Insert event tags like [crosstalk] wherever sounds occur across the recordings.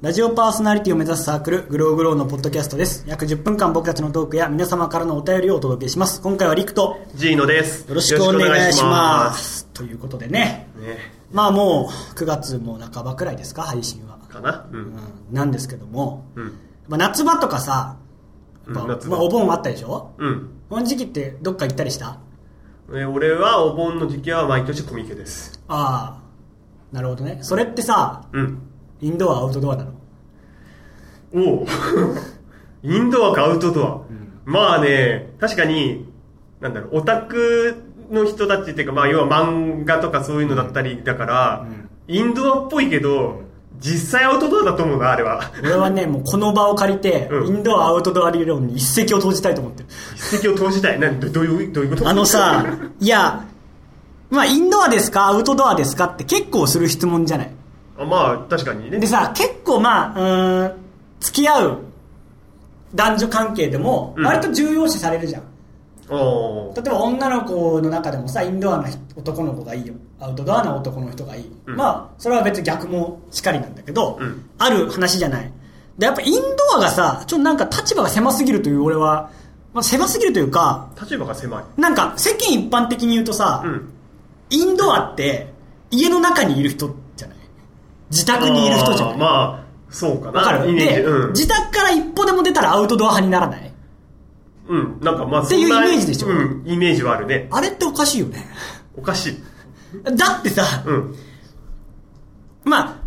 ラジオパーソナリティを目指すサークル、グローグローのポッドキャストです。約10分間僕たちのトークや皆様からのお便りをお届けします。今回はリクとジーノです。。よろしくお願いしますす。ということでね、ね、まあもう9月も半ばくらいですか、配信は。かな。う。うんん、なんですけども、うん。まあ、夏場とかさ、やっぱうん夏場まあ、お盆あったでしょうん。この時期ってどっか行ったりしたえ俺はお盆の時期は毎年コミケです。ああなるほどねそれってさうん。インドアアウトドアなの [laughs] おうインドアかアウトドア。まあね、確かに、なんだろう、オタクの人たちっていうか、まあ要は漫画とかそういうのだったりだから、インドアっぽいけど、実際アウトドアだと思うな、あれは。俺はねもうこの場を借りて、うんインドアアウトドア理論に一石を投じたいと思ってる一石を投じたい。なんどどういう、どういうことあのさいやまあインドアですかアウトドアですかって結構する質問じゃないあまあ、確かにねで。さ結構まあうーん付き合う男女関係でもうん割と重要視されるじゃん、お例ーえば女の子の中でもさインドアな男の子がいいよアウトドアな男の人がいい、うんまあそれは別に逆もしかりなんだけど、うんある話じゃないでやっぱインドアがさちょっとなんか立場が狭すぎるという俺は、まあ、狭すぎるというか立場が狭い。なんか世間一般的に言うとさ、うん。インドアって家の中にいる人じゃない自宅にいる人じゃなあいーまあそうかなわかるイメージで、うん、自宅から一歩でも出たらアウトドア派にならないうん、なんかまあっていうそんなイメージでしょうんイメージはあるねあれっておかしいよ [laughs] ねおかしいだってさ、うんまあ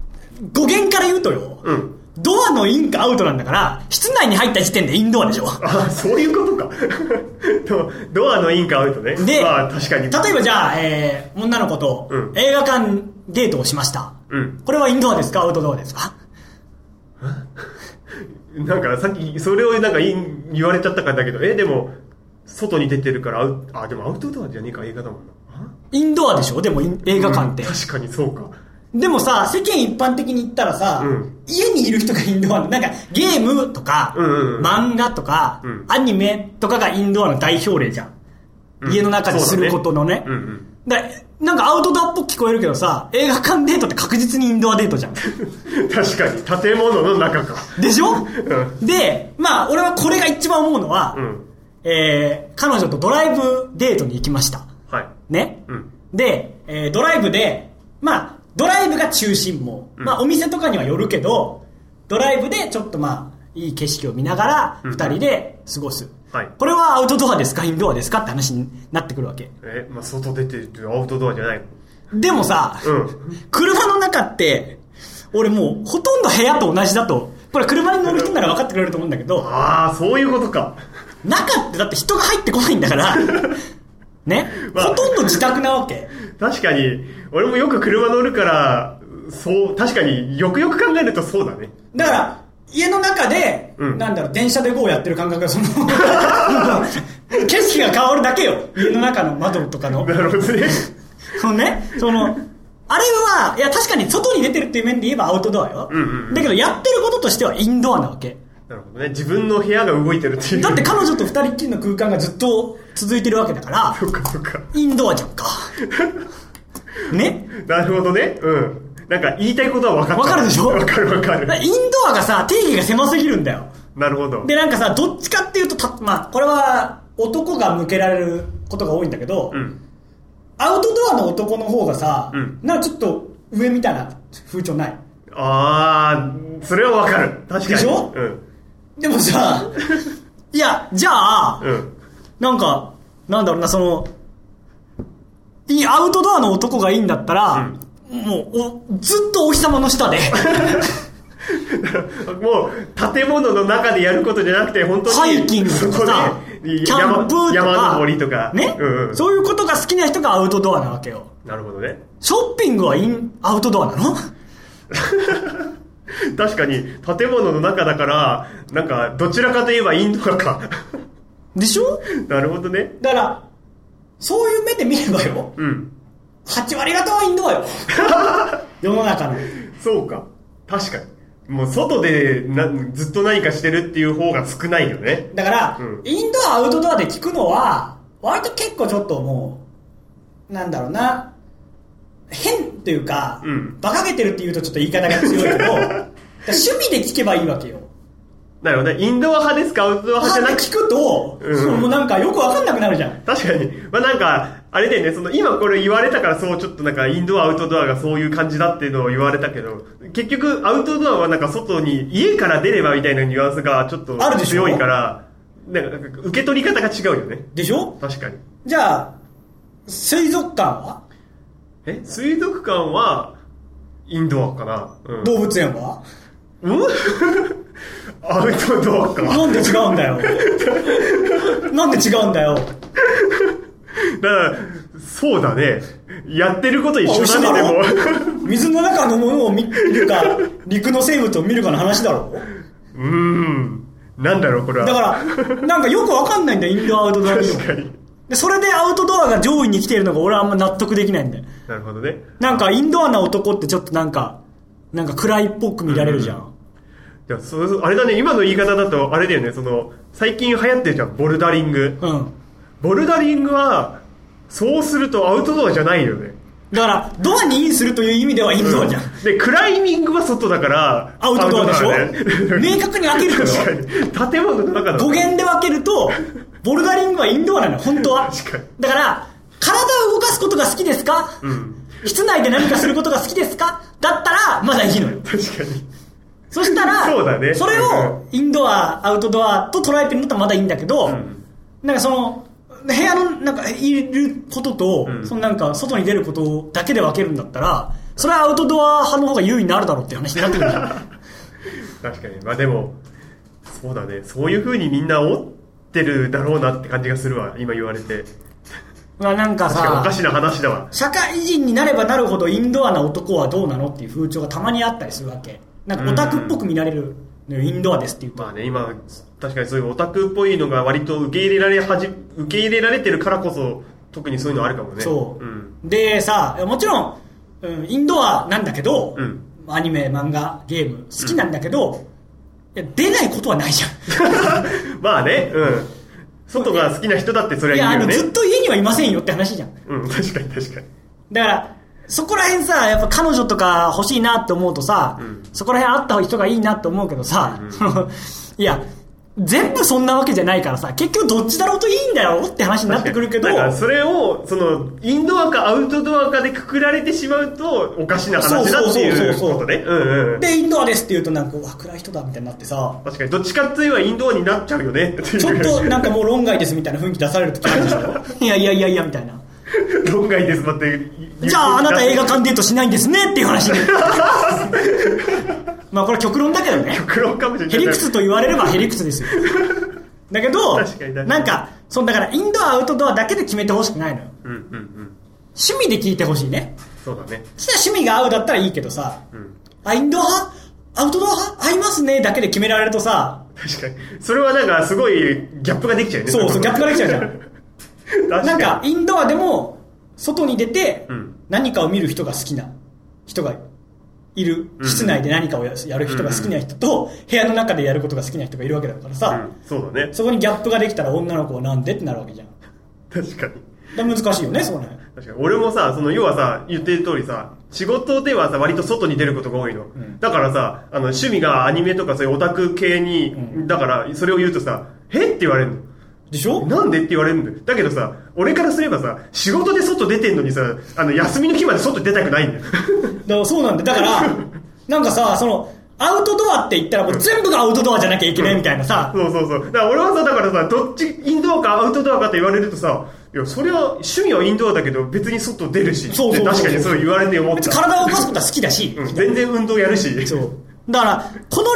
語源から言うとよ、うんドアのインかアウトなんだから、室内に入った時点でインドアでしょ。あそういうことか [laughs] ドドアのインかアウトねで、まあ確かに例えばじゃあ、えー女の子とうん映画館デートをしました。うんこれはインドアですかアウトドアですかなんかさっきそれをなんかイン言われちゃったからだけどえでも外に出てるからアウあでもアウトドアじゃねえか映画だもんなあインドアでしょでもイン映画館ってうん。確かにそうか [laughs] でもさ、世間一般的に言ったらさ、うん家にいる人がインドアなんかゲームとか、うんうんうん漫画とか、うんアニメとかがインドアの代表例じゃん。うん家の中ですることのね。そうだねうんだなんかアウトドアっぽく聞こえるけどさ、映画館デートって確実にインドアデートじゃん。うん確かに建物の中かでしょうで、まあ、俺はこれが一番思うのは、うんえー彼女とドライブデートに行きました。はいね、うんで、えードライブで、まあ、ドライブが中心も、うんまあ、お店とかにはよるけど、ドライブでちょっとまあ、いい景色を見ながら、うん二人で過ごす、はいこれはアウトドアですかインドアですかって話になってくるわけ。えまあ外出てるアウトドアじゃないのでもさ、うん車の中って、俺もう、ほとんど部屋と同じだと、これ車に乗る人なら分かってくれると思うんだけど、ああ、そういうことか。中ってだって人が入ってこないんだ [laughs] から、ね、まあほとんど自宅なわけ。確かに、俺もよく車乗るから、そう、確かによくよく考えるとそうだね。だから、家の中で、うんなんだろう、電車で GO やってる感覚がその [laughs] うん、景色が変わるだけよ。家の中の窓とか [laughs] の。なるほどね。そのね、その、あれは、いや確かに外に出てるっていう面で言えばアウトドアよ。うんうんうんだけどやってることとしてはインドアなわけ。なるほどね。自分の部屋が動いてるっていう。だって彼女と二人っきりの空間がずっと続いてるわけだ [laughs] から、そっかそっか。インドアじゃんか。 [laughs] ねなるほどね。うん。なんか言いたいことは分かった。わかるでしょ分かる分かるだか。らインドアがさ、定義が狭すぎるんだよ。なるほど。で、なんかさ、どっちかっていうと、たまあ、これは男が向けられることが多いんだけど、うん。アウトドアの男の方がさ、うんなんかちょっと上みたいな風潮ない。ああ、それは分かる。確かに。でしょうん。でもさ、 [laughs] いや、じゃあ、うん。 [laughs] なんか、なんだろうな、その、いい、アウトドアの男がいいんだったら、もうお、ずっとお日様の下 [laughs] で、もう、建物の中でやることじゃなくて、本当に。ハイキングとかさ、そこキでャンプとか、山山登りとか。ね、うん、うん。そういうことが好きな人がアウトドアなわけよ。なるほどね。ショッピングはイン、アウトドアなの確かに建物の中だからなんかどちらかといえばインドアか [laughs] でしょなるほどねだから、そういう目で見ればよ、うん8割方はインドア [laughs] よ。世の中の。そうか確かにもう外でなずっと何かしてるっていう方が少ないよねだから、うんインドア、アウトドアで聞くのは、割と結構ちょっともう、なんだろうな、変というか、うん [laughs] 馬鹿げてるって言うとちょっと言い方が強いけど、趣味で聞けばいいわけよ。なるほどね。インドア派ですかアウトドア派じゃなくて聞くと、うんそのもうなんかよくわかんなくなるじゃん。確かに。まあなんか、あれでね、その今これ言われたからそうちょっとなんかインドアアウトドアがそういう感じだっていうのを言われたけど、結局アウトドアはなんか外に家から出ればみたいなニュアンスがちょっとあるでしょ強いから、なんか受け取り方が違うよね。でしょ確かに。じゃあ、水族館はえ水族館はインドアかなうん。動物園はうん [laughs] アウトドアか。なんで違うんだよ。なんで違うんだよ。だから、そうだね。やってること一緒だね、まあ一緒だでも。水の中のものを見るか、陸の生物を見るかの話だろ。 [laughs] うーん。なんだろう、これは。だから、なんかよくわかんないんだよ、インドアアウトドア理論確かに。でそれでアウトドアが上位に来てるのが俺はあんま納得できないんだよ。なるほどね。なんかインドアな男ってちょっとなんか、なんか暗いっぽく見られるじゃん。じゃあ、そうそうあれだね、今の言い方だと、あれだよね、その、最近流行ってるじゃん、ボルダリング。うん。ボルダリングは、そうするとアウトドアじゃないよね。だから、ドアにインするという意味ではインドアじゃん。で、クライミングは外だから、アウトドアでしょアウトドアだね明確に分けるけど確かに。建物の中だ語源で分けると、ボルダリングはインドアなのよ、本当は。確かにだから、体を動かすことが好きですか、ん室内で何かすることが好きですかだったら、まだいいのよ。確かに。そしたら、 [laughs] そうだねそれをうインドア、アウトドアと捉えてるのとまだいいんだけど、なんかその、部屋の、なんか、いることと、んそのなんか、外に出ることだけで分けるんだったら、それはアウトドア派の方が優位になるだろうっていう話になってくるじゃ [laughs] ん。確かに。まあでも、そうだね、そういう風にみんな思ってるだろうなって感じがするわ、今言われて。まあなんか確かにおさか、しな話だわ。社会人になればなるほどインドアな男はどうなのっていう風潮がたまにあったりするわけなんかオタクっぽく見られるのよインドアですっていうと、まあね、今、確かにそういうオタクっぽいのが割と受け入れられはじ、受け入れられてるからこそ、特にそういうのあるかもね。そう、ん。 [laughs] でさもちろん、うん、インドアなんだけど、うんアニメ漫画ゲーム好きなんだけど、いや出ないことはないじゃまあね、うん。外が好きな人だってそんいれやはいあいよのね。ずっと家にはいませんよって話じゃんうん、確かに確かに。だからそこら辺さやっぱ彼女とか欲しいなって思うとさ、うんそこら辺あった人がいいなって思うけどさ、その [laughs] いや全部そんなわけじゃないからさ結局どっちだろうといいんだよって話になってくるけどだからそれを、その、インドアかアウトドアかでくくられてしまうと、おかしな話だっていうことね。うんうん。でインドアですって言うとなんかうわ暗い人だみたいになってさ確かに、どっちかって言えばインドアになっちゃうよね。っていうちょっとなんかもう論外ですみたいな雰囲気出される時あるでしょ [laughs] いやいやいやいやみたいな論外です待ってじゃああなた映画館デートしないんですねっていう [laughs] 話まあこれ極論だけどねクロかもしれなヘいリクツと言われればヘリクツです [laughs] よ。だけど、確かに確かになんか、そのだからインドアアウトドアだけで決めてほしくないのよ。うんうんうん趣味で聞いてほしいね。そうだねそしたら趣味が合うだったらいいけどさ、んあ、インドア派アウトドア派合いますねだけで決められるとさ、確かにそれはなんかすごいギャップができちゃうよねそうそう、ギャップができちゃうじゃん。 [laughs] 確かになんか、インドアでも、外に出てうん、何かを見る人が好きな人がいる。ん室内で何かをややる人が好きな人と、部屋の中でやることが好きな人がいるわけだからうさ、ん、そうだねそこにギャップができたら女の子はなんでってなるわけじゃん。確かにだから難しいよね、そこら辺。確かに俺もさその要はさ言ってる通りさ仕事ではさ割と外に出ることが多いの、だからさあの趣味がアニメとかそういうオタク系に、うだからそれを言うとさ「えっ?」て言われるのでしょなんでって言われるんだよ。だけどさ、俺からすればさ、仕事で外出てんのにさ、あの、休みの日まで外出たくないんだよ。だからそうなんで、だから、なんかさ、その、アウトドアって言ったらもう全部がアウトドアじゃなきゃいけないみたいなさ、 [laughs] そうそうそう。だから俺はさ、だからさ、どっち、インドアかアウトドアかって言われるとさ、いや、それは、趣味はインドアだけど、別に外出るし、そうそうそうそうって確かにそう言われて思っ別た。に体を動かすことは好きだし、うん、全然運動やるし。そ。う。だから、この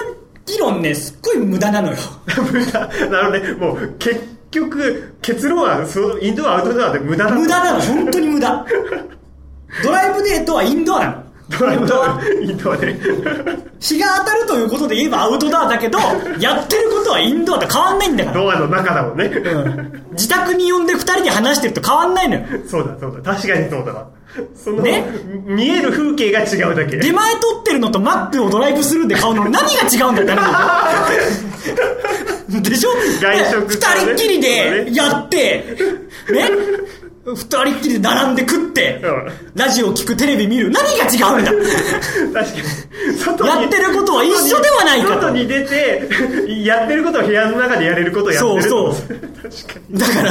議論ね、すっごい無駄なのよ。 [laughs] 無駄。なので、もう、結局、結論は、そう、インドア、アウトドアで無駄なの無駄なの、本当に無駄。ドライブデートはインドアなの。ド [laughs] ライブだインドアで。日が当たるということで言えばアウトドアだけど、やってることはインドアと変わんないんだから。ドアの中だもんね。うん自宅に呼んで二人で話してると変わんないのよ。そうだ、そうだ。確かにそうだわ。その、ね見える風景が違うだ [laughs] け。出前取ってるのとマックをドライブスルーで買うの何が違うんだって話 [laughs] でしょでしょ外食で二人っきりそうだでねやって、ね二人っきりで並んで食ってうん、ラジオ聞く、テレビ見る、何が違うんだ確かに。外にやってることは一緒ではないから外に出て、やってることは部屋の中でやれることをやってるってことそうそ確か [laughs] に。だから、意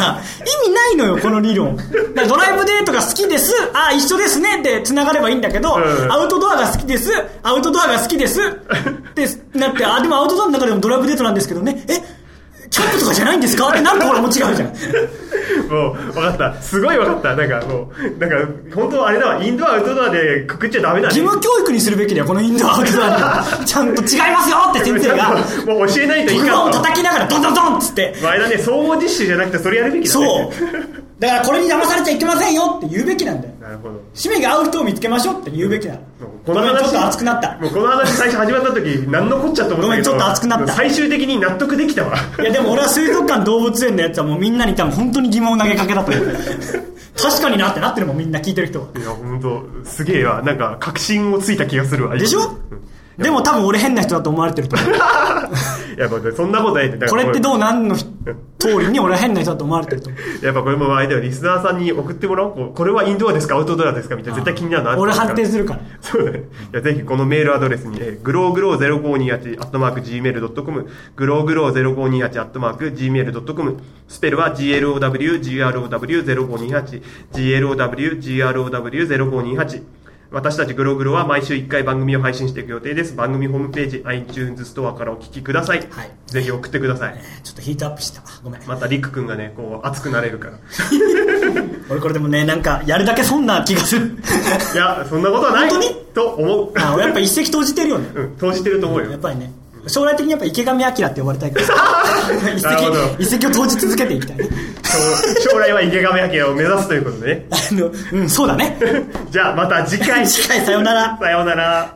味ないのよ、この理論。だからドライブデートが好きです、ああ、一緒ですねって繋がればいいんだけど、んアウトドアが好きです、アウトドアが好き [laughs] です、ってなって、あ、でもアウトドアの中でもドライブデートなんですけどね、え、キャンプとかじゃないんですかってなるところも違うじゃん。もう、分かった。すごい分かった。なんかもう、なんか、本当あれだわ。インドア、アウトドアでくくっちゃダメだね。義務教育にするべきだよ、このインドアアウトドアには。ちゃんと違いますよって先生が。もう教えないとい黒板かんをと。叩きながらドンドンドンっつって前だね、総合実習じゃなくてそれやるべきだそね。う。だからこれに騙されちゃいけませんよって言うべきなんだよなるほど。使命が合う人を見つけましょうって言うべきなのこごのめん話ちょっと熱くなったもうこの話最初始まった時、何のこっちゃと思ったけど。ごめんちょっと熱くなった最終的に納得できたわ。いやでも俺は水族館動物園のやつはもうみんなに多分本当に疑問を投げかけたと思う確かになってなってるもんみんな聞いてる人はいや、本当すげえわ。なんか、確信をついた気がするわ。でしょでも多分俺変な人だと思われてると思うい [laughs] や、まあ、そんなことないって。だかこられってどうなんの通りに俺は変な人だと思われてると思うやっぱこれもあれだよ、リスナーさんに送ってもらおう。こうこれはインドアですかアウトドアですかみたいな。絶対気になるの俺判定する。るからそうだね。じゃあぜひこのメールアドレスに、えー、グローグロー0528、アットマーク gmail.com、グローグロー0528、アットマーク gmail.com、スペルは glowgrow0528、glowgrow0528、私たちグローグローは毎週1回番組を配信していく予定です。番組ホームページ、iTunes ストアからお聞きください。はいぜひ送ってください。ちょっとヒートアップしたごめんまたリック君がね、こう熱くなれるから。俺これでもねなんかやるだけ損な気がするいや、そんなことはない本当にと思う。あ俺やっぱ一石投じてるよねうん、投じてると思うやっよ。ぱりね将来的にやっぱ池上彰って呼ばれたいから一 [laughs] なるほど石一石を投じ続けていきたいね将将来は池上彰を目指すということでね。あのうんそうだねじゃあ、また次回。次回さようならさようなら。